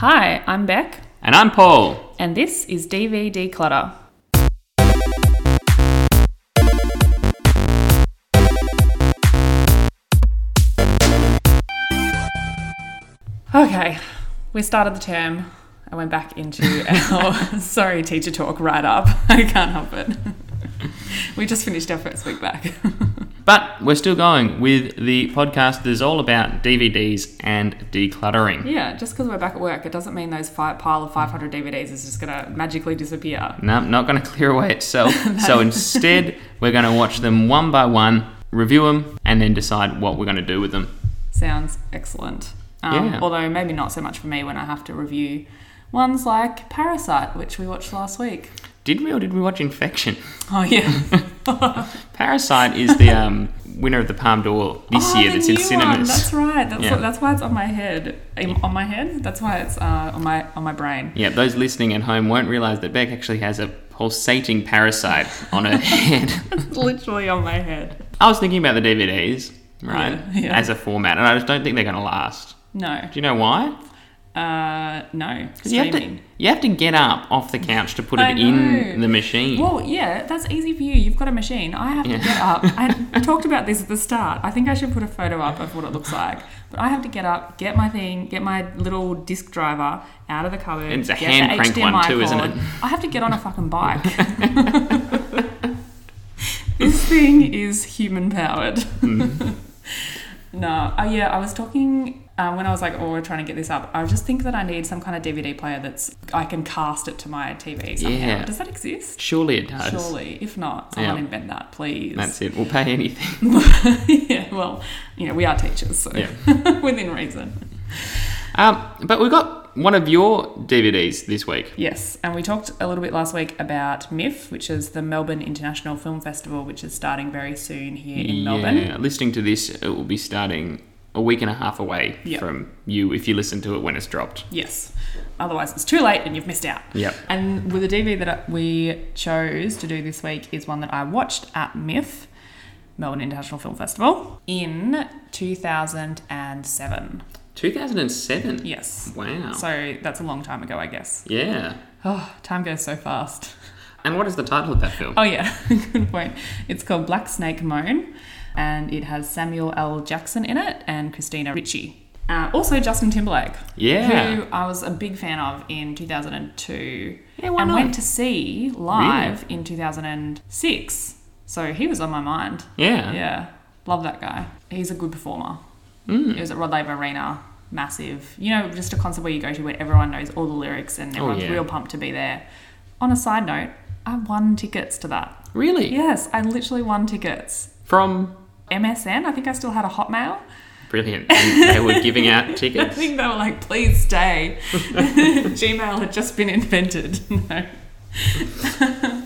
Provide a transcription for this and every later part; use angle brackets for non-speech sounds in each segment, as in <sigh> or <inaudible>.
Hi, I'm Beck, And I'm Paul. and this is DVD Clutter. Okay, we started the term. I went back into our sorry teacher talk right up. <laughs> I can't help it. We just finished our first week back. But we're still going with the podcast that is all about DVDs and decluttering. yeah, just because we're back at work, it doesn't mean those fi pile of 500 DVDs is just going to magically disappear. No, not going to clear <laughs> away itself. so instead, we're going to watch them one by one, review them, and then decide what we're going to do with them. Sounds excellent. Um, Yeah. Although maybe not so much for me when I have to review ones like Parasite, which we watched last <laughs> week. Did we or did we watch Infection? <laughs> Oh yeah, Parasite is the um, winner of the Palme d'Or this Oh, year. the That's in new One. cinemas. That's right. That's, Yeah. that's why it's on my head. Um, On my head. That's why it's uh, on my on my brain. Yeah, those listening at home won't realise that Beck actually has a pulsating parasite on <laughs> her head. Literally on my head. I was thinking about the DVDs, right, Yeah, yeah. as a format, and I just don't think they're going to last. No. Do you know why? Uh, no. 'Cause You have, to, Streaming. you have to get up off the couch to put I it know. in the machine. Well, yeah, that's easy for you. You've got a machine. I have to Mm. Yeah. get up. <laughs> I talked about this at the start. I think I should put a photo up of what it looks like. But I have to get up, get my thing, get my little disc driver out of the cupboard. It's a get the hand-cranked one HDMI too, isn't cord. it? I have to get on a <laughs> fucking bike. this thing is human powered. Mm. <laughs> No, uh, yeah, I was talking uh, when I was like, oh, we're trying to get this up. I just think that I need some kind of DVD player that's I can cast it to my TV somehow. Yeah. Does that exist? Surely it does. Surely, if not, someone Yeah. invent that, please. That's it. We'll pay anything. <laughs> yeah, well, you know, we are teachers, so Yeah. <laughs> within reason. Um, but we got one of your DVDs this week. Yes, and we talked a little bit last week about MIF, which is the Melbourne International Film Festival, which is starting very soon here in Melbourne. Yeah, listening to this, it will be starting a week and a half away Yep. from you if you listen to it when it's dropped. Yes, otherwise it's too late and you've missed out. Yep. And with the DV that we chose to do this week is one that I watched at MIF, Melbourne International Film Festival, in 2007. 2007. Yes. Wow. So that's a long time ago, I guess. yeah. Oh, time goes so fast. And what is the title of that film? Oh, yeah, <laughs> good point. It's called Black Snake Moan, and it has Samuel L. Jackson in it and Christina Ricci. Uh, also, Justin Timberlake, Yeah. who I was a big fan of in 2002 Yeah, why and not? went to see live in 2006. So he was on my mind. yeah. Yeah, love that guy. He's a good performer. Mm. It was at Rod Laver Arena, massive. You know, just a concert where you go to where everyone knows all the lyrics and Oh, everyone's yeah. real pumped to be there. On a side note, I won tickets to that. Really? Yes, I literally won tickets. From MSN, I think I still had a Hotmail. Brilliant. And they were giving out I tickets. think they were like, please <laughs> stay. <laughs> Gmail had just been invented. <laughs> no.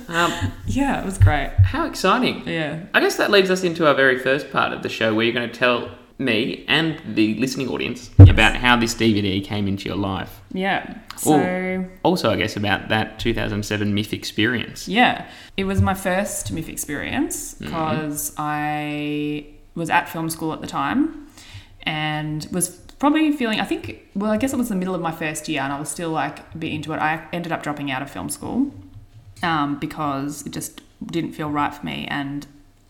Um, <laughs> Yeah, it was great. how exciting. Yeah. I guess that leads us into our very first part of the show where you're going to tell me and the listening audience about how this DVD came into your life. Yeah. So. Also, I guess about that 2007 MIF experience. Yeah, it was my first MIF experience because I was at film school at the time and was probably feeling, I think, well, I guess it was the middle of my first year and I was still like a bit into it. I ended up dropping out of film school um, because it just didn't feel right for me and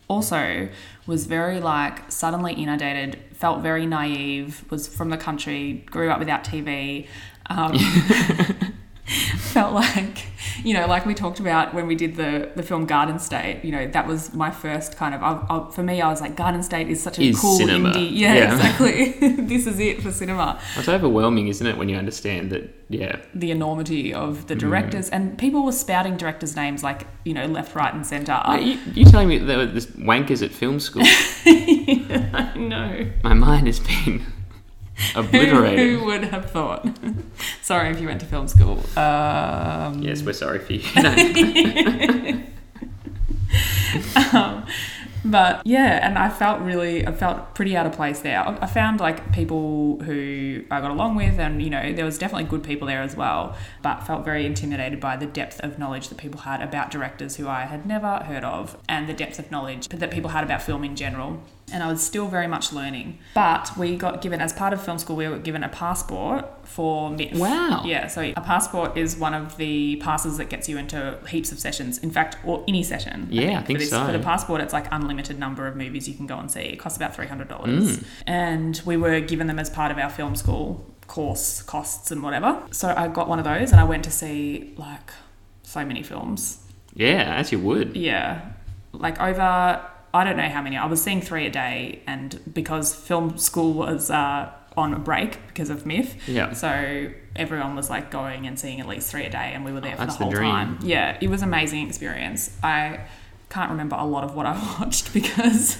also was very like suddenly inundated felt very naive was from the country grew up without tv <laughs> um, <laughs> felt like you know like we talked about when we did the the film garden state you know that was my first kind of I, I, for me i was like garden state is such a Is cool cinema. indie yeah, <laughs> Yeah. exactly this is it for cinema It's overwhelming, isn't it, when you understand that, yeah, the enormity of the Mm. directors and people were spouting directors names like you know left right and center you, you're telling me there were this wankers at film school. <laughs> <laughs> no My mind has <laughs> been who, obliterated. who would have thought <laughs> sorry if you went to film school um, Yes, we're sorry for you. No. um, but yeah, and I felt really, I felt pretty out of place there. I I found like people who I got along with, and you know, there was definitely good people there as well, but felt very intimidated by the depth of knowledge that people had about directors who I had never heard of, and the depth of knowledge that people had about film in general. And I was still very much learning. But we got given, as part of film school, we were given a passport for MIF. Wow. Yeah, so a passport is one of the passes that gets you into heaps of sessions. In fact, or any session. Yeah, I think for this, so. For the passport, it's like unlimited number of movies you can go and see. It costs about three hundred Hmm. dollars, and we were given them as part of our film school course costs and whatever. So I got one of those, and I went to see like so many films. <laughs> Yeah, as you would. Yeah. Like over, I don't know how many. I was seeing three a day, and because film school was uh, on a break because of MIF, Yeah. so everyone was like going and seeing at least three a day, and we were there for the Oh, that's the whole dream. time. Yeah, it was an amazing experience. I can't remember a lot of what I <laughs> watched because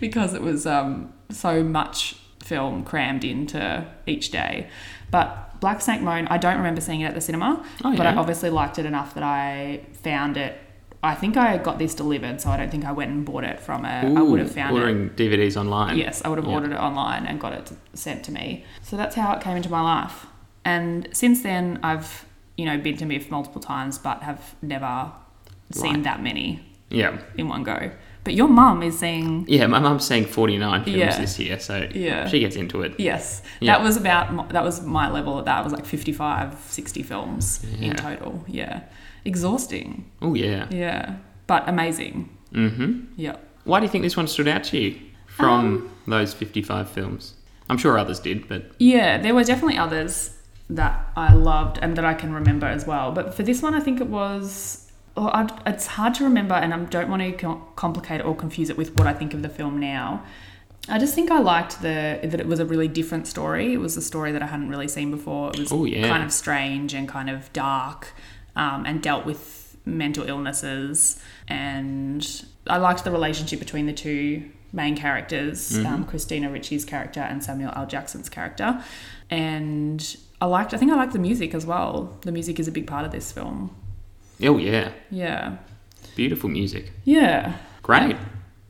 because it was um, so much film crammed into each day. But Black Snake Moan, I don't remember seeing it at the cinema, Oh, but I yeah. obviously liked it enough that I found it. I think I got this delivered, so I don't think I went and bought it from a. I would have Ooh, found it. ordering DVDs online. Yes, I would have Yeah. ordered it online and got it sent to me. So that's how it came into my life. And since then, I've you know been to MIF multiple times, but have never seen Right. that many Yeah. in one go. But your mum is seeing Yeah, my mum's seeing 49 films Yeah. this year, so Yeah. she gets into it. yes. Yeah. That was about m- that was my level. That was like 55, 60 films Yeah. in total. Yeah, exhausting. Oh, yeah. Yeah, but amazing. hmm Yeah. Why do you think this one stood out to you Um, from those 55 films? I'm sure others did, but Yeah, there were definitely others that I loved and that I can remember as well. But for this one, I think it was. Well, I, it's hard to remember, and I don't want to com- complicate or confuse it with what I think of the film now. I just think I liked the that it was a really different story. It was a story that I hadn't really seen before. It was Oh, yeah. kind of strange and kind of dark, um, and dealt with mental illnesses. And I liked the relationship between the two main characters, um, Christina Ritchie's character and Samuel L. Jackson's character. And I liked. I think I liked the music as well. The music is a big part of this film. oh, yeah. Yeah, Beautiful music. yeah. Great.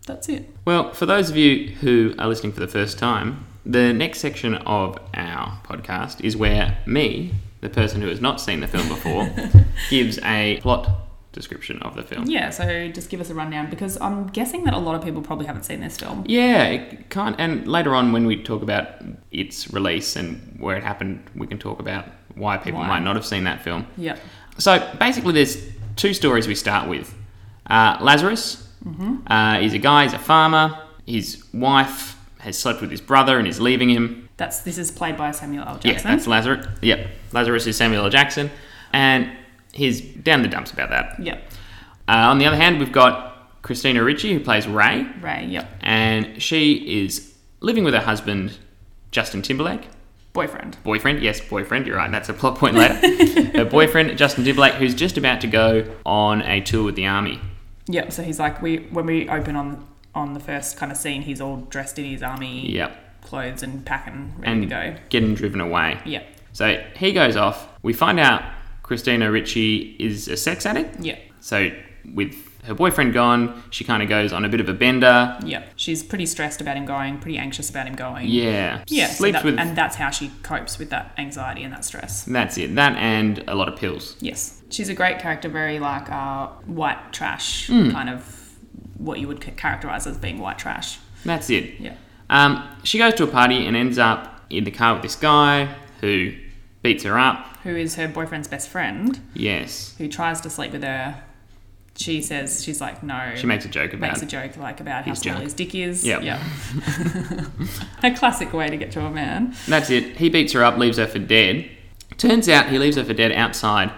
That's it. Well, for those of you who are listening for the first time, the next section of our podcast is where me, the person who has not seen the film <laughs> before, gives a plot description of the film. Yeah. So just give us a rundown because I'm guessing that a lot of people probably haven't seen this film. Yeah, it can't. And later on, when we talk about its release and where it happened, we can talk about why people Why. might not have seen that film. Yeah. So basically, there's two stories we start with. Uh, Lazarus, uh, he's a guy, he's a farmer. His wife has slept with his brother and is leaving him. That's this is played by Samuel L. Yes, Jackson. that's Lazarus. Yep, Lazarus is Samuel L. Jackson, and he's down the dumps about that. Yep. Uh, on the other hand, we've got Christina Ricci, who plays Ray, Ray. Yep. and she is living with her husband, Justin Timberlake. Boyfriend. Boyfriend, yes, boyfriend, you're right, that's a plot point later. <laughs> her boyfriend, Justin Timberlake, who's just about to go on a tour with the army. Yep. So he's like we when we open on on the first kind of scene, he's all dressed in his army Yep, clothes and packing, ready and to go. getting driven away. Yep. So he goes off. We find out Christina Ricci is a sex addict. Yep. So with her boyfriend gone, she kind of goes on a bit of a bender. Yep. She's pretty stressed about him going, pretty anxious about him going. Yeah. Yeah. so Sleeps that- with. and that's how she copes with that anxiety and that stress. that's it. That and a lot of pills. Yes. She's a great character, very like uh, white trash Hmm. kind of what you would c- characterize as being white trash. That's it. Yeah. Um, she goes to a party and ends up in the car with this guy who beats her up. Who is her boyfriend's best friend? Yes. who tries to sleep with her. She says she's like no. She makes a joke about makes a it. joke like about how His small junk. his dick is. Yep. <laughs> Yeah. a classic way to get to a man. That's it. He beats her up, leaves her for dead. Turns out he leaves her for dead outside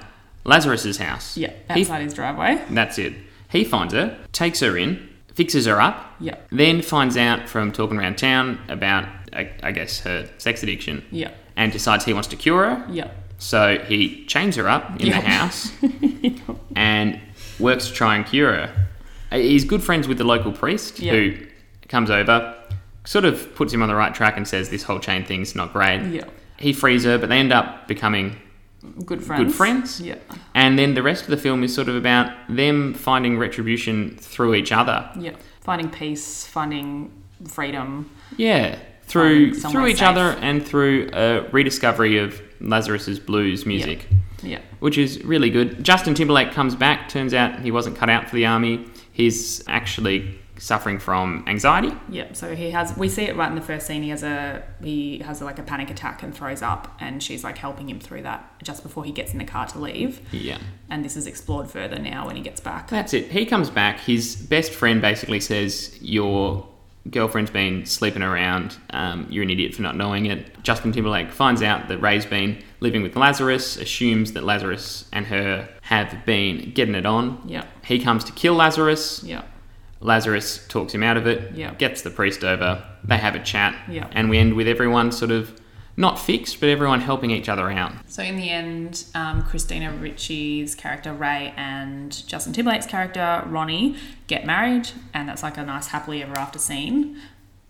Lazarus's house. Yeah. He- Outside his driveway. That's it. He finds her, takes her in, fixes her up, Yeah. then finds out from talking around town about, I, I guess, her sex addiction Yeah. and decides he wants to cure her. Yeah. So he chains her up in Yeah. the <laughs> house and works to try and cure her. Uh, He's good friends with the local priest Yeah. who comes over, sort of puts him on the right track and says, This whole chain thing's not great. Yeah. He frees her, but they end up becoming Good friends. good friends. Yeah. And then the rest of the film is sort of about them finding retribution through each other. Yeah. Finding peace, finding freedom. Yeah, through Finding somewhere through each safe. other and through a rediscovery of Lazarus's blues music, Yeah. which is really good. Justin Timberlake comes back. Turns out he wasn't cut out for the army. He's actually suffering from anxiety. Yep. So he has. We see it right in the first scene. He has a he has like a panic attack and throws up, and she's like helping him through that just before he gets in the car to leave. Yeah. And this is explored further now when he gets back. That's it. He comes back. His best friend basically says, Your girlfriend's been sleeping around. Um, you're an idiot for not knowing it. Justin Timberlake finds out that Ray's been living with Lazarus, assumes that Lazarus and her have been getting it on. Yep. He comes to kill Lazarus. Yep. Lazarus talks him out of it, Yeah. gets the priest over. They have a chat. Yeah. And we end with everyone sort of not fixed, but everyone helping each other out. So in the end, um, Christina Ricci's character Ray and Justin Timberlake's character Ronnie get married, and that's like a nice happily ever after scene.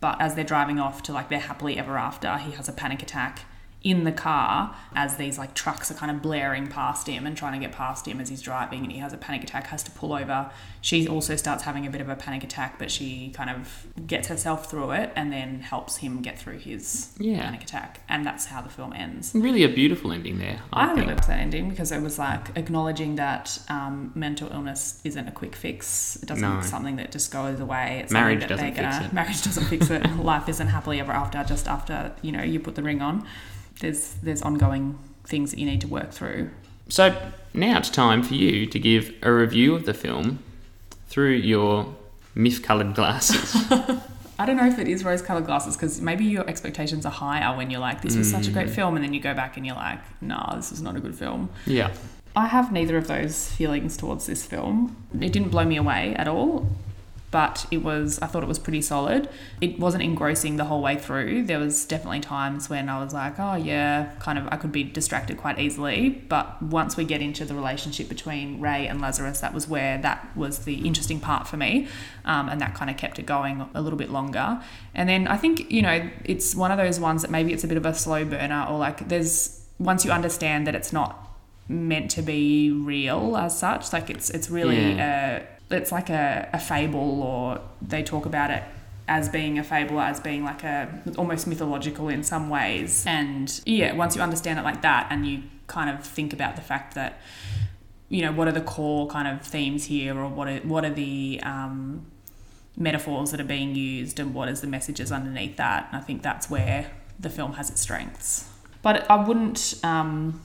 But as they're driving off to like their happily ever after, he has a panic attack in the car as these like trucks are kind of blaring past him and trying to get past him as he's driving, and he has a panic attack, has to pull over. She also starts having a bit of a panic attack, but she kind of gets herself through it and then helps him get through his Yeah. panic attack, and that's how the film ends. Really a beautiful ending there. I, I think. really liked that ending because it was like acknowledging that um, mental illness isn't a quick fix. It doesn't No. something that just goes away. It's Marriage something that doesn't fix <laughs> it. Marriage doesn't fix <laughs> it. Life isn't happily ever after. Just after you know you put the ring on, there's there's ongoing things that you need to work through. So now it's time for you to give a review of the film through your miscoloured glasses. <laughs> I don't know if it is rose-colored glasses because maybe your expectations are higher when you're like, this was such a Mm. great film, and then you go back and you're like, nah, this is not a good film. yeah. I have neither of those feelings towards this film. It didn't blow me away at all, but it was I thought it was pretty solid. It wasn't engrossing the whole way through. There was definitely times when I was like, oh yeah, kind of I could be distracted quite easily, but once we get into the relationship between Ray and Lazarus, that was where that was the interesting part for me. Um, and that kind of kept it going a little bit longer. And then I think, you know, it's one of those ones that maybe it's a bit of a slow burner or like there's once you understand that it's not meant to be real as such. Like it's it's really a, it's like a, a fable or they talk about it as being a fable, as being like a almost mythological in some ways. And yeah, once you understand it like that and you kind of think about the fact that you know what are the core kind of themes here or what are, what are the um, metaphors that are being used and what is the messages underneath that and i think that's where the film has its strengths but i wouldn't um,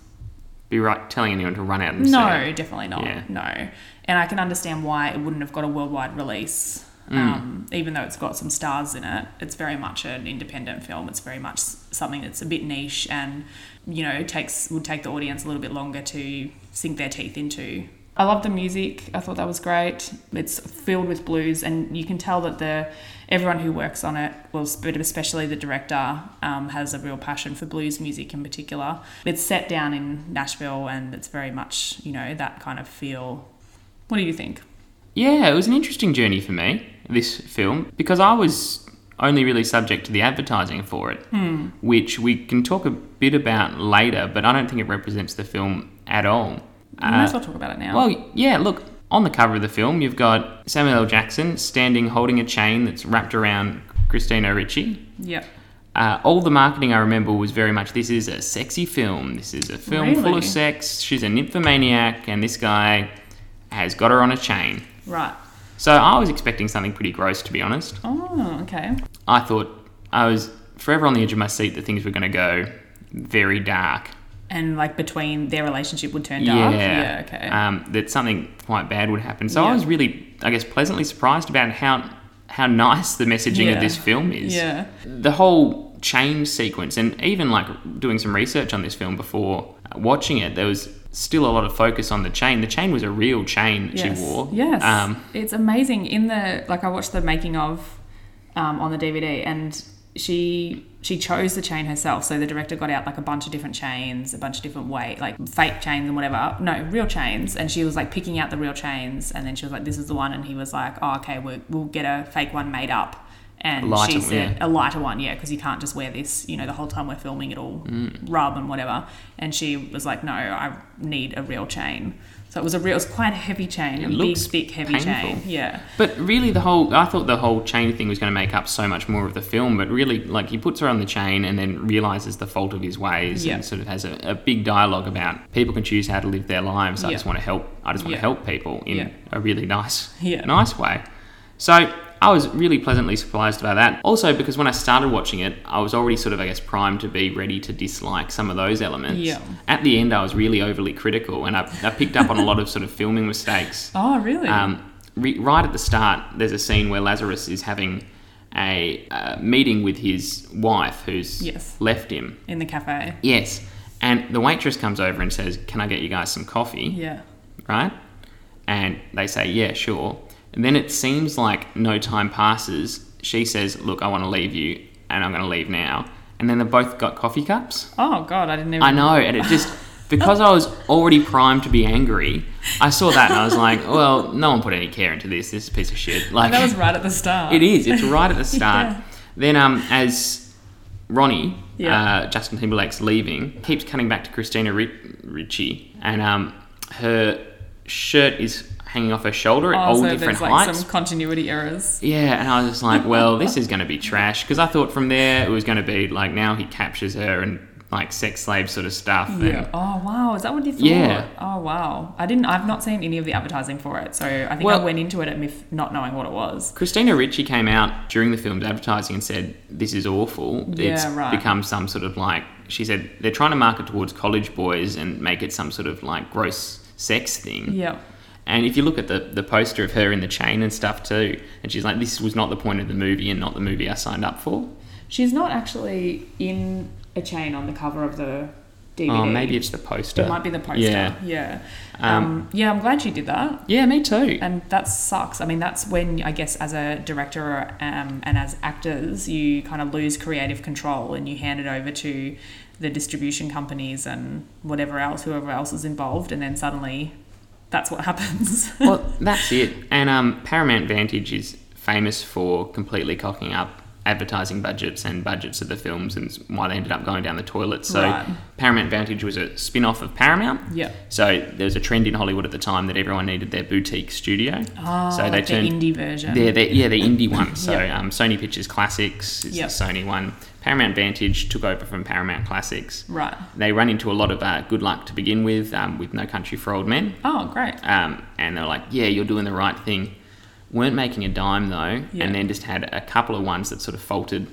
Be right telling anyone to run out and no, see it. definitely not. Yeah. No. And I can understand why it wouldn't have got a worldwide release. Um, even though it's got some stars in it, it's very much an independent film. It's very much s- something that's a bit niche and, you know, takes would take the audience a little bit longer to sink their teeth into. I love the music. I thought that was great. It's filled with blues, and you can tell that the everyone who works on it, well, sp- but especially the director, um, has a real passion for blues music in particular. It's set down in Nashville, and it's very much you know that kind of feel. What do you think? Yeah, it was an interesting journey for me, this film, because I was only really subject to the advertising for it, which we can talk a bit about later, but I don't think it represents the film at all. Uh, We might as well talk about it now. Well, yeah, look, on the cover of the film, you've got Samuel L. Jackson standing holding a chain that's wrapped around Christina Ricci. yeah, Uh, all the marketing I remember was very much this is a sexy film. This is a film full Really? of sex. She's a nymphomaniac, and this guy has got her on a chain. right. So I was expecting something pretty gross, to be honest. Oh, okay. I thought I was forever on the edge of my seat that things were going to go very dark. And like between their relationship would turn dark. Yeah. okay. Um, that something quite bad would happen. So I Yeah. was really, I guess, pleasantly surprised about how how nice the messaging of Yeah. this film is. yeah. The whole change sequence, and even like doing some research on this film before uh, watching it, there was still a lot of focus on the chain. The chain was a real chain that yes. she wore. Yes, Um, it's amazing. In the like, I watched the making of um, on the DVD, and she she chose the chain herself. So the director got out like a bunch of different chains, a bunch of different weight, like fake chains and whatever. uh, No, real chains. And she was like picking out the real chains, and then she was like, "This is the one." And he was like, "Oh, okay, we'll, we'll get a fake one made up." And lighter she one, said, yeah. a lighter one, yeah, because you can't just wear this, you know, the whole time we're filming it all Mm. rub and whatever. And she was like, no, I need a real chain. So it was a real, it was quite a heavy chain, a big, looks thick, heavy chain. painful. Yeah. But really, the whole I thought the whole chain thing was going to make up so much more of the film. But really, like he puts her on the chain and then realizes the fault of his ways Yeah. and sort of has a, a big dialogue about people can choose how to live their lives. I Yeah. just want to help. I just want to Yeah. help people in Yeah. a really nice, Yeah. nice way. So I was really pleasantly surprised by that. Also, because when I started watching it, I was already sort of, I guess, primed to be ready to dislike some of those elements. Yeah. At the end, I was really overly critical, and I, I picked up on a lot of sort of filming mistakes. Oh, really? Um, re- right at the start, there's a scene where Lazarus is having a uh, meeting with his wife, who's Yes. left him. in the cafe. Yes, and the waitress comes over and says, "Can I get you guys some coffee?" Yeah. right? And they say, yeah, sure. And then it seems like no time passes. She says, look, I want to leave you, and I'm going to leave now. And then they both got coffee cups. Oh God, I didn't even. I know, and it just because I was already primed to be angry. I saw that and I was like, well, no one put any care into this. This is a piece of shit. <laughs> Like That was right at the start. it is. It's right at the start. Yeah. Then, um, as Ronnie, Yeah. uh, Justin Timberlake's leaving, keeps cutting back to Christina Ri- Ricci, and um, her shirt is hanging off her shoulder at <laughs> all Oh, so different there's like heights. some continuity errors. Yeah, and I was just <laughs> like, well, this is going to be trash because I thought from there it was going to be like now he captures her and like sex slave sort of stuff. Yeah. And, Oh wow, is that what you thought? Yeah. Oh wow, I didn't. I've not seen any of the advertising for it, so I think I Well- went into it at MIF not knowing what it was. Christina Ricci came out during the film's advertising and said, This is awful. it's Yeah, right. become some sort of like, she said, they're trying to market towards college boys and make it some sort of like gross sex thing. Yeah. And if you look at the, the poster of her in the chain and stuff too, and she's like, This was not the point of the movie and not the movie I signed up for. She's not actually in a chain on the cover of the DVD. Oh, maybe it's the poster. it might be the poster. Yeah. Yeah. Um, yeah, I'm glad she did that. Yeah, me too. And that sucks. I mean, that's when I guess as a director um, and as actors, you kind of lose creative control and you hand it over to the distribution companies and whatever else, whoever else is involved, and then suddenly that's what happens. <laughs> well, that's it. And um, Paramount Vantage is famous for completely cocking up advertising budgets and budgets of the films, and it's why they ended up going down the toilet. So Right. Paramount Vantage was a spin-off of Paramount. <laughs> yeah. So there was a trend in Hollywood at the time that everyone needed their boutique studio. Oh, so they like the turned indie version. they're, they're, yeah, the <laughs> indie one. So Yep. um, Sony Pictures Classics is Yep. the Sony one. Paramount Vantage took over from Paramount Classics. Right. They run into a lot of uh, good luck to begin with, um, with No Country for Old Men Oh, great. um, and they're like, "Yeah, you're doing the right thing." Weren't making a dime though, Yeah. and then just had a couple of ones that sort of faltered.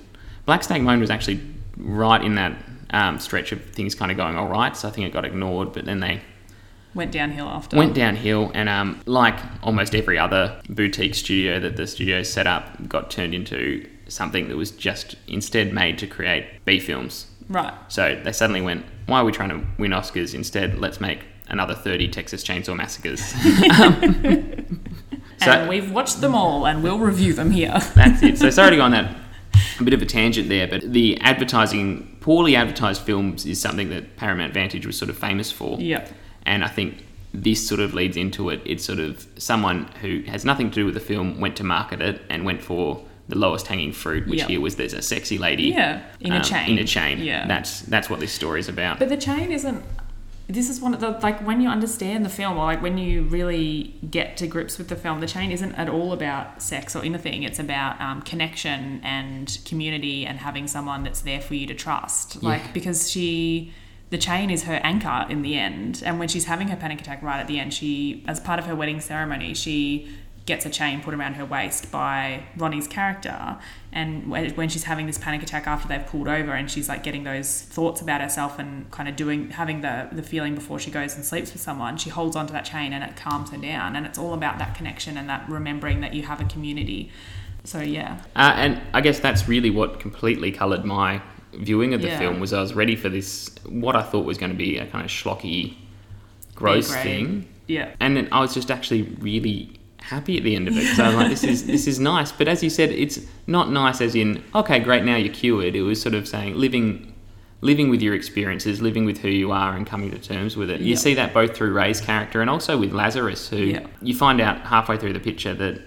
Black Snake Moan was actually right in that um, stretch of things kind of going all right, so I think it got ignored. But then they Went downhill after. went downhill, and um, like almost every other boutique studio that the studio set up, got turned into something that was just instead made to create B films. right. So they suddenly went, why are we trying to win Oscars? Instead, let's make another 30 Texas Chainsaw Massacres. <laughs> Um, and so we've watched them all and we'll review them here. <laughs> that's it. So sorry to go on that a bit of a tangent there, but the advertising, poorly advertised films is something that Paramount Vantage was sort of famous for. yeah. And I think this sort of leads into it. It's sort of someone who has nothing to do with the film went to market it and went for the lowest hanging fruit, which Yeah. here was there's a sexy lady Yeah. In um, a chain. In a chain. Yeah. That's that's what this story is about. But the chain isn't. This is one of the like when you understand the film or like when you really get to grips with the film. The chain isn't at all about sex or anything. It's about um, connection and community and having someone that's there for you to trust. Like Yeah. because she. The chain is her anchor in the end, and when she's having her panic attack right at the end, she, as part of her wedding ceremony, she gets a chain put around her waist by Ronnie's character. And when when she's having this panic attack after they've pulled over, and she's like getting those thoughts about herself and kind of doing having the the feeling before she goes and sleeps with someone, she holds onto that chain and it calms her down. And it's all about that connection and that remembering that you have a community. So yeah, Uh, and I guess that's really what completely coloured my viewing of the Yeah. film was I was ready for this what I thought was going to be a kind of schlocky, gross grade. thing, yeah, and then I was just actually really happy at the end of it because I was like, this is this is nice. But as you said, it's not nice as in okay, great, now you're cured. It was sort of saying living. Living with your experiences, living with who you are, and coming to terms with it. You Yeah. see that both through Ray's character and also with Lazarus, who Yeah. you find out halfway through the picture that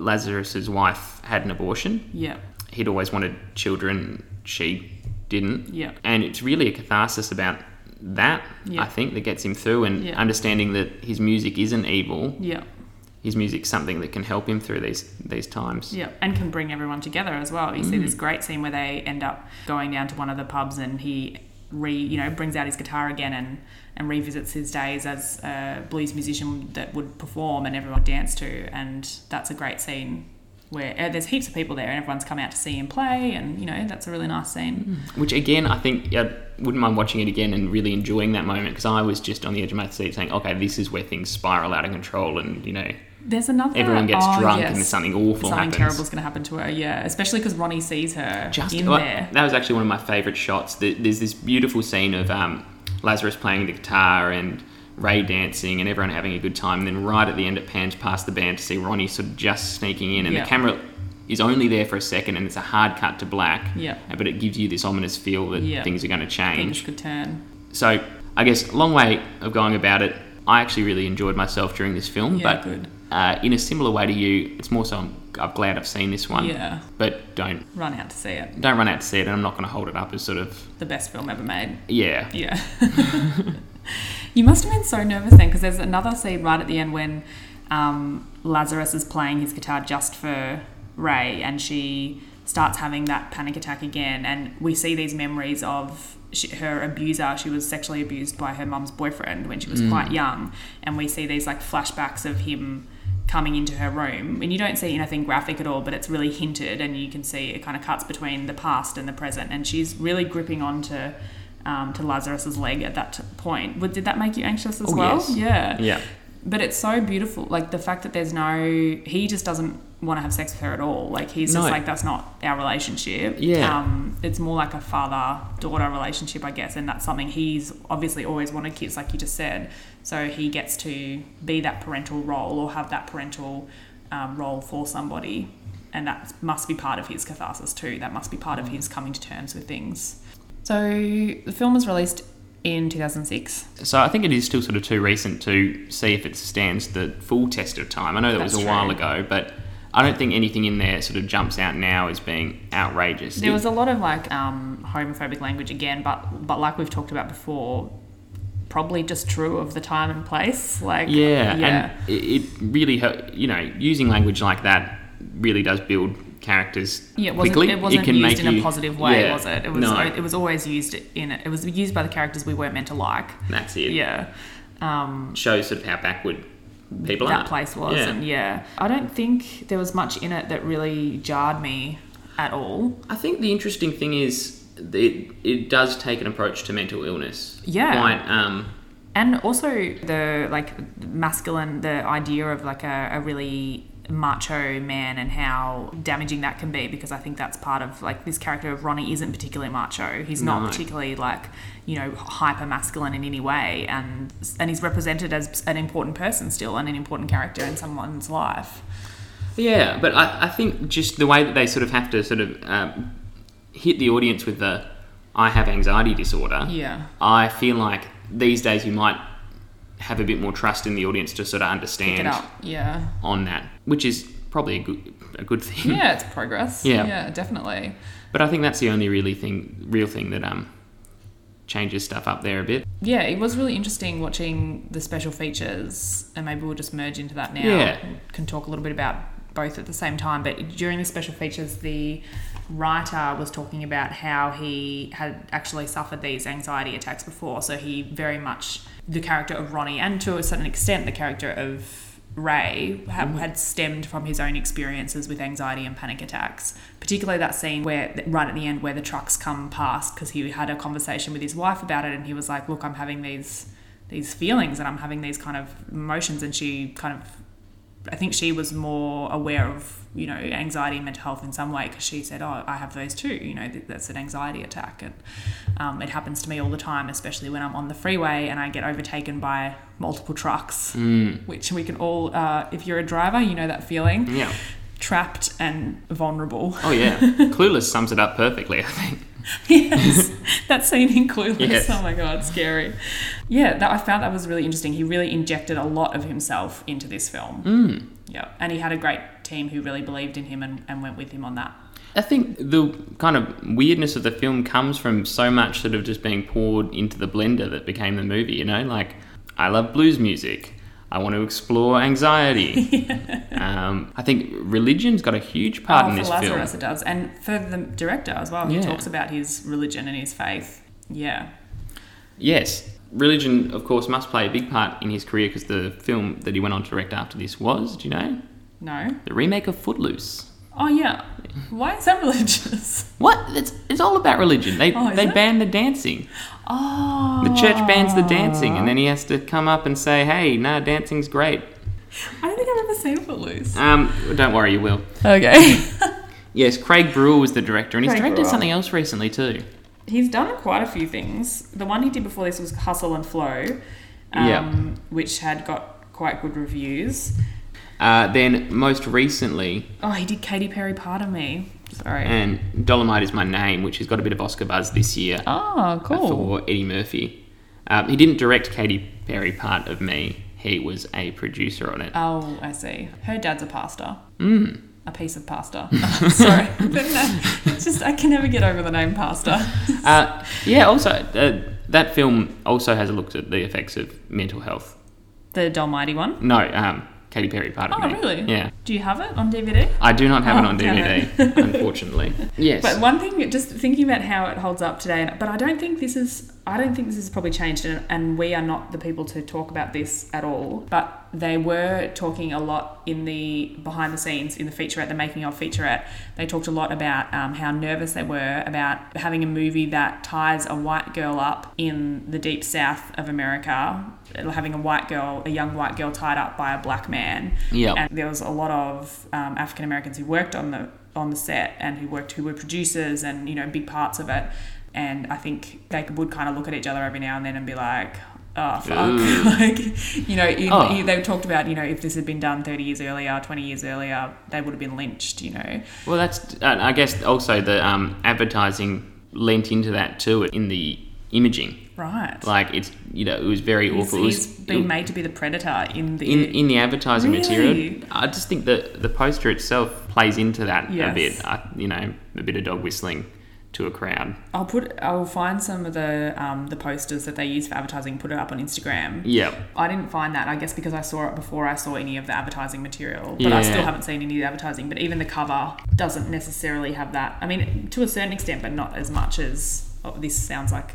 Lazarus's wife had an abortion yeah, he'd always wanted children. She didn't. Yeah. And it's really a catharsis about that, Yeah. I think, that gets him through and Yeah. understanding that his music isn't evil. yeah. His music's something that can help him through these these times. Yeah, and can bring everyone together as well. You see Mm. this great scene where they end up going down to one of the pubs, and he re you know brings out his guitar again and and revisits his days as a blues musician that would perform and everyone dance to, and that's a great scene. where uh, there's heaps of people there and everyone's come out to see him play, and you know that's a really nice scene. Which again, I think I wouldn't mind watching it again and really enjoying that moment because I was just on the edge of my seat saying, okay, this is where things spiral out of control and, you know, There's another everyone gets oh, drunk yes. and something awful something happens. terrible's going to happen to her. Yeah, especially because Ronnie sees her Just in well, there. that was actually one of my favorite shots. There- There's this beautiful scene of um, Lazarus playing the guitar and Ray dancing and everyone having a good time. And then right at the end, it pans past the band to see Ronnie sort of just sneaking in, and Yeah. the camera is only there for a second, and it's a hard cut to black. uh, Yeah. But it gives you this ominous feel that Yeah. things are going to Things change. could turn. So I guess long way of going about it. I actually really enjoyed myself during this film, Yeah, but good. Uh, in a similar way to you, it's more so I'm, I'm glad I've seen this one. Yeah, But don't run out to see it. don't run out to see it, and I'm not going to hold it up as sort of The best film ever made. yeah. Yeah. <laughs> you must have been so nervous then, because there's another scene right at the end when um, Lazarus is playing his guitar just for Ray, and she starts having that panic attack again, and we see these memories of. She, her abuser she was sexually abused by her mum's boyfriend when she was quite young and we see these like flashbacks of him coming into her room and you don't see anything graphic at all but it's really hinted and you can see it kind of cuts between the past and the present and she's really gripping onto um, to Lazarus's leg at that t- point Would- did that make you anxious as Oh, well yes. yeah Yeah, but it's so beautiful like the fact that there's no he just doesn't want to have sex with her at all like he's No. just like that's not our relationship Yeah. um, it's more like a father daughter relationship i guess and that's something he's obviously always wanted kids like you just said so he gets to be that parental role or have that parental um, role for somebody and that must be part of his catharsis too that must be part Mm. of his coming to terms with things so the film was released in 2006 so I think it is still sort of too recent to see if it stands the full test of time. I know that was a That's while true. ago, but I don't think anything in there sort of jumps out now as being outrageous. There was a lot of like um, homophobic language again, but but like we've talked about before, probably just true of the time and place. Like yeah, yeah, and it, it really help. You know, using language like that really does build characters yeah. It wasn't, quickly. it wasn't can used make in you- a positive way, Yeah, was it? It was no, it was always used in it was used by the characters we weren't meant to like. that's it. Yeah. Um, shows sort of how backward people are. that place was Yeah. and yeah i don't think there was much in it that really jarred me at all I think the interesting thing is it it does take an approach to mental illness. Yeah. Quite um and also the like masculine the idea of like a, a really macho man and how damaging that can be because i think that's part of like this character of ronnie isn't particularly macho he's not No. particularly like you know hyper masculine in any way and and he's represented as an important person still and an important character in someone's life yeah, but I, I think just the way that they sort of have to sort of um, hit the audience with the I have anxiety disorder. yeah I feel like these days you might have a bit more trust in the audience to sort of understand get up yeah on that, which is probably a good a good thing. yeah it's progress Hmm. Yeah. yeah definitely But I think that's the only really thing real thing that um changes stuff up there a bit. yeah, it was really interesting watching the special features, and maybe we'll just merge into that now. Yeah. We Can talk a little bit about both at the same time. But during the special features, the writer was talking about how he had actually suffered these anxiety attacks before. So he very much, the character of Ronnie, and to a certain extent, the character of Ray, had, had stemmed from his own experiences with anxiety and panic attacks. Particularly that scene where, right at the end, where the trucks come past, because he had a conversation with his wife about it, and he was like, "Look, I'm having these." these feelings and I'm having these kind of emotions. And she kind of, I think she was more aware of, you know, anxiety and mental health in some way because she said, Oh, I have those too. You know, th- that's an anxiety attack. And um, it happens to me all the time, especially when I'm on the freeway and I get overtaken by multiple trucks, which we can all, uh, if you're a driver, you know that feeling Yeah. trapped and vulnerable. <laughs> Oh yeah, Clueless sums it up perfectly. I think. yes, that scene in Clueless. Yes. Oh my god, scary. Yeah, that, I found that was really interesting. He really injected a lot of himself into this film. Mm. Yeah, and he had a great team who really believed in him and, and went with him on that. I think the kind of weirdness of the film comes from so much sort of just being poured into the blender that became the movie. You know, like I love blues music. I want to <laughs> explore anxiety. um, I think religion's got a huge part Oh, in for this Lazarus, film. it does, and for the director as well. He Yeah. talks about his religion and his faith. Yeah, Yes, religion, of course, must play a big part in his career because the film that he went on to direct after this was, do you know, no, the remake of Footloose. Oh yeah. Why is that <laughs> religious? What? It's, it's all about religion. They, Oh, is they it? ban the dancing. Oh. The church bans the dancing, and then he has to come up and say, hey, nah, dancing's great. Oh. I don't think I've ever seen Footloose. Um, don't worry, you will. Okay. <laughs> Yes, Craig Brule was the director, and he's Craig directed Brule. something else recently too. He's done quite a few things. The one he did before this was Hustle and Flow, um, Yeah. which had got quite good reviews. Uh, then most recently, Oh, he did Katy Perry Part of Me. Sorry. Mm. and Dolomite is my name, which has got a bit of Oscar buzz this year oh, uh, for Eddie Murphy. Um, he didn't direct Katy Perry part of me. He was a producer on it. Oh, I see. Her dad's a pastor. Mm. A piece of <laughs> pasta. Sorry. But no, it's just, I can never get over the name pasta. <laughs> Uh, yeah. Also, uh, that film also has a look at the effects of mental health. The Dolmighty one. No, um, Katy Perry part of Oh, me. really? Yeah. Do you have it on DVD? I do not have it Oh, on damn DVD, <laughs> unfortunately. Yes. But one thing, just thinking about how it holds up today, and- but I don't think this is, I don't think this has probably changed, and, and we are not the people to talk about this at all. But they were talking a lot in the behind the scenes, in the featurette, the making of featurette. They talked a lot about um, how nervous they were about having a movie that ties a white girl up in the deep south of America, having a white girl, a young white girl tied up by a black man. Yep. And there was a lot of um, African Americans who worked on the on the set and who worked who were producers and you know big parts of it. And I think they could- would kind of look at each other every now and then and be like, "Oh Ooh. fuck," <laughs> like you know. In, Oh. you- They talked about you know if this had been done thirty years earlier, twenty years earlier, they would have been lynched. You know. Well, that's. Uh, I guess also the um, advertising lent into that too in the imaging. Right. Like it's you know it was very He's- awful. It was- he's been made to be the predator in the in in the advertising material. Really? I just think that the poster itself plays into that a Yes. bit. I, you know, a bit of dog whistling to a crowd. I'll put I'll find some of the um, the posters that they use for advertising, put it up on Instagram. Yeah. I didn't find that, I guess, because I saw it before I saw any of the advertising material. But I Yeah. still haven't seen any of the advertising. But even the cover doesn't necessarily have that. I mean, to a certain extent, but not as much as oh, this sounds like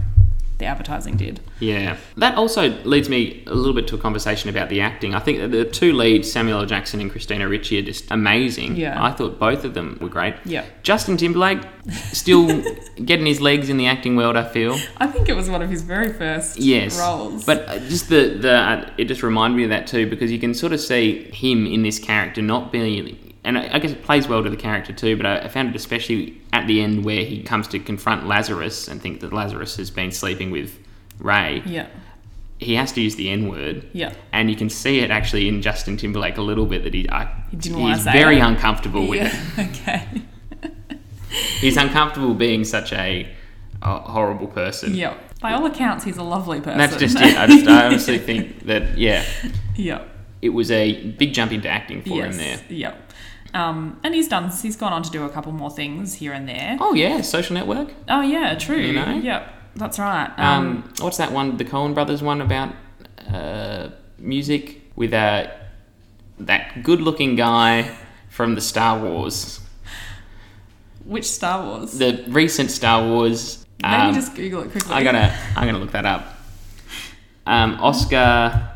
the advertising did. Yeah. That also leads me a little bit to a conversation about the acting. I think that the two leads, Samuel L. Jackson and Christina Ricci, are just amazing. Yeah. I thought both of them were great. Yeah. Justin Timberlake <laughs> still getting his legs in the acting world, I feel. I think it was one of his very first Yes. roles. But uh, just the, the uh, it just reminded me of that too because you can sort of see him in this character not being and I I guess it plays well to the character too, but I I found it especially at the end where he comes to confront Lazarus and think that Lazarus has been sleeping with Ray. yeah, He has to use the N word. yeah. And you can see it actually in Justin Timberlake a little bit that he, I, He didn't wanna he's say very it. uncomfortable with it. yeah. <laughs> Okay. He's uncomfortable being such a, uh horrible person. Yeah. By all accounts, he's a lovely person. And that's just it. I <laughs> just I honestly think that yeah, yeah. it was a big jump into acting for Yes. him there. Yep. Um, and he's done. He's gone on to do a couple more things here and there. Oh yeah, Social Network. Oh yeah, true. You know? Yep, that's right. Um, Mm. what's that one? The Coen Brothers one about uh, music with uh, that good-looking guy from the Star Wars, which Star Wars? the recent Star Wars. Maybe um, just Google it quickly. I'm gonna I'm gonna look that up. Um, Oscar.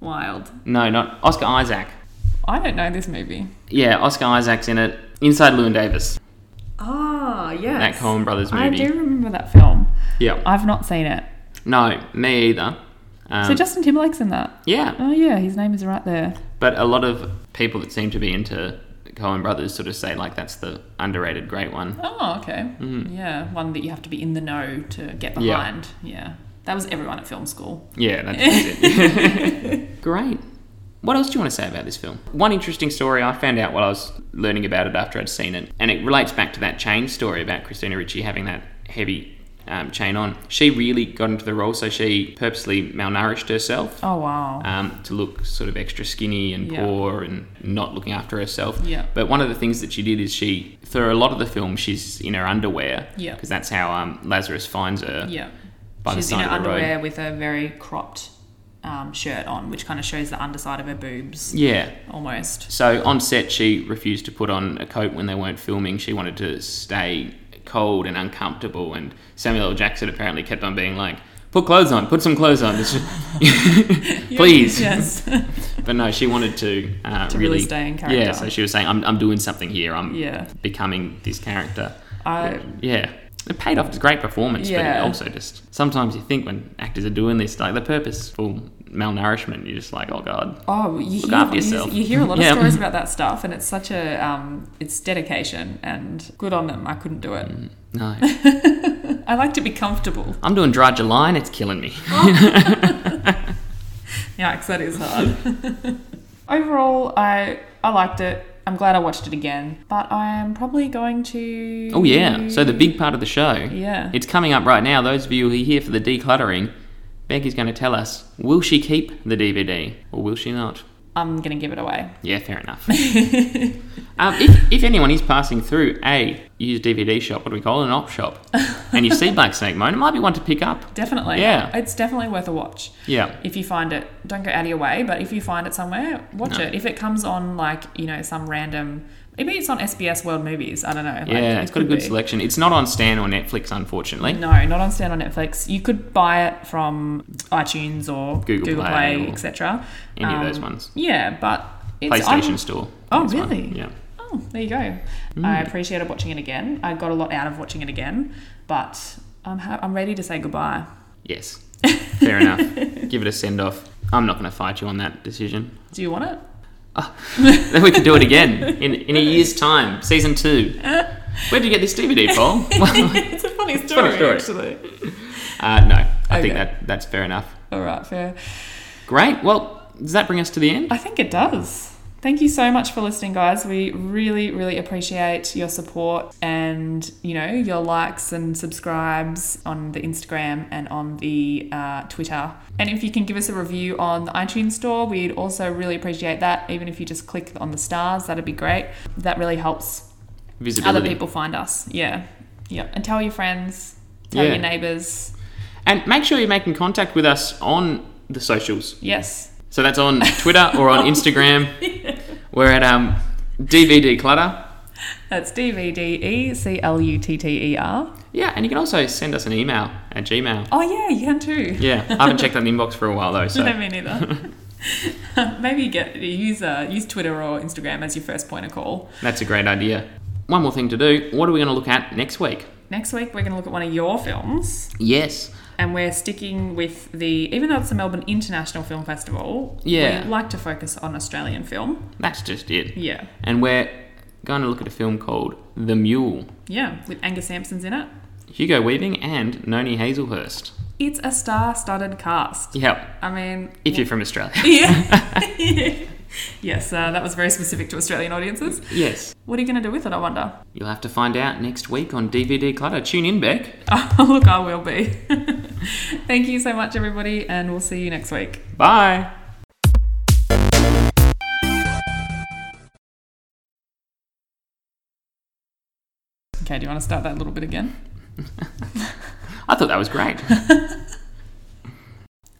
Wild. No, not Oscar Isaac. I don't know this movie. Yeah, Oscar Isaac's in it. Inside Llewyn Davis. Ah, yes. That Coen Brothers movie. I do remember that film. Yeah. I've not seen it. No, me either. Um, so Justin Timberlake's in that. yeah, Oh yeah, his name is right there. But a lot of people that seem to be into Cohen Brothers sort of say like that's the underrated great one. Oh, okay. Yeah, one that you have to be in the know to get Mm-hmm. Yeah. behind. Yeah. That was everyone at film school. Yeah, that's <laughs> it. great. What else do you want to say about this film? One interesting story I found out while I was learning about it after I'd seen it, and it relates back to that chain story about Christina Ricci having that heavy um, chain on. She really got into the role, so she purposely malnourished herself Oh wow. um, to look sort of extra skinny and Yeah. poor and not looking after herself. Yeah. But one of the things that she did is she, for a lot of the film, she's in her underwear. Yeah. Because that's how um, Lazarus finds her. Yeah. By the She's in side her of the road. underwear with a very cropped um, shirt on, which kind of shows the underside of her boobs Yeah. almost. So on set, she refused to put on a coat when they weren't filming. She wanted to stay cold and uncomfortable. And Samuel L. Jackson apparently kept on being like, put clothes on, put some clothes on, <laughs> It's- <laughs> please. Yes. But no, she wanted to, uh, to really, really. stay in character. yeah, so she was saying, I'm, I'm doing something here. I'm Yeah. becoming this character. I yeah. It paid off. It's a great performance, but it Yeah. also just sometimes you think when actors are doing this, like the purposeful malnourishment, you're just like, oh god, oh you Look hear, after you- yourself. You, hear a lot of Yeah. stories about that stuff, and it's such a um, it's dedication and good on them. I couldn't do it. <laughs> no, I like to be comfortable. I'm doing dry July and it's killing me. <laughs> Yikes, that is hard. <laughs> Overall, I I liked it. I'm glad I watched it again, but I am probably going to. Oh yeah. So the big part of the show, Mm. yeah. it's coming up right now. Those of you who are here for the decluttering, Becky's going to tell us: will she keep the DVD or will she not? I'm gonna give it away. <laughs> Yeah, fair enough. um, if, if anyone is passing through a used DVD shop, what do we call it, an op shop, and you see Black Snake Moan, it might be one to pick up. Definitely. Yeah. It's definitely worth a watch. Yeah. If you find it, don't go out of your way, but if you find it somewhere, watch No. it. If it comes on like, you know, some random maybe it's on SBS World Movies, I don't know. Like, yeah, it it's got a could good be. selection. It's not on Stan or Netflix, unfortunately. No, not on stand on Netflix. You could buy it from iTunes or Google Google, Play Play, or etc. any of those ones. Yeah, but Um, it's PlayStation Hmm. I'm- Store. Oh, That's one. really? Yeah. Oh, there you go. I appreciated watching it again. I got a lot out of watching it again, but I'm ha- I'm ready to say goodbye. Yes. <laughs> Fair enough. Give it a send off. I'm not going to fight you on that decision. Do you want it? <laughs> Then we can do it again in, in a year's time, season two. Where'd you get this <laughs> DVD, Paul? it's a funny funny story, story. actually. uh, no, I think Okay. that that's fair enough. All right, fair. Great. Well, does that bring us to the end? I think it does. Thank you so much for listening, guys. We really, really appreciate your support and you know your likes and subscribes on the Instagram and on the uh, Twitter. And if you can give us a review on the iTunes Store, we'd also really appreciate that. Even if you just click on the stars, that'd be great. That really helps Visibility. other people find us. Yeah, yeah. And tell your friends, tell Yeah. your neighbors. And make sure you're making contact with us on the socials. Yes, So that's on Twitter or on Instagram. We're at um, DVD Clutter. that's D V D E C L U T T E R. Yeah, and you can also send us an email at Gmail. Oh yeah, you can too. Yeah, I haven't checked that inbox for a while though, so No, <laughs> me neither. Maybe get use uh, use Twitter or Instagram as your first point of call. that's a great idea. One more thing to do. What are we going to look at next week? Next week we're going to look at one of your films, Yes, and we're sticking with the even though it's the Melbourne International Film Festival. Yeah. we like to focus on Australian film. that's just it. Yeah, And we're going to look at a film called The Mule, yeah, with Angus Sampson's in it. Hugo Weaving and Noni Hazelhurst. It's a star-studded cast. Yep, I mean, <laughs> if you're from Australia. yeah. <laughs> yes, uh, that was very specific to Australian audiences. yes, What are you going to do with it? I wonder. you'll have to find out next week on DVD Clutter. Tune in, Beck. <laughs> Oh, look, I will be. <laughs> Thank you so much, everybody, and we'll see you next week. Bye. Okay, do you want to start that little bit again? I thought that was great.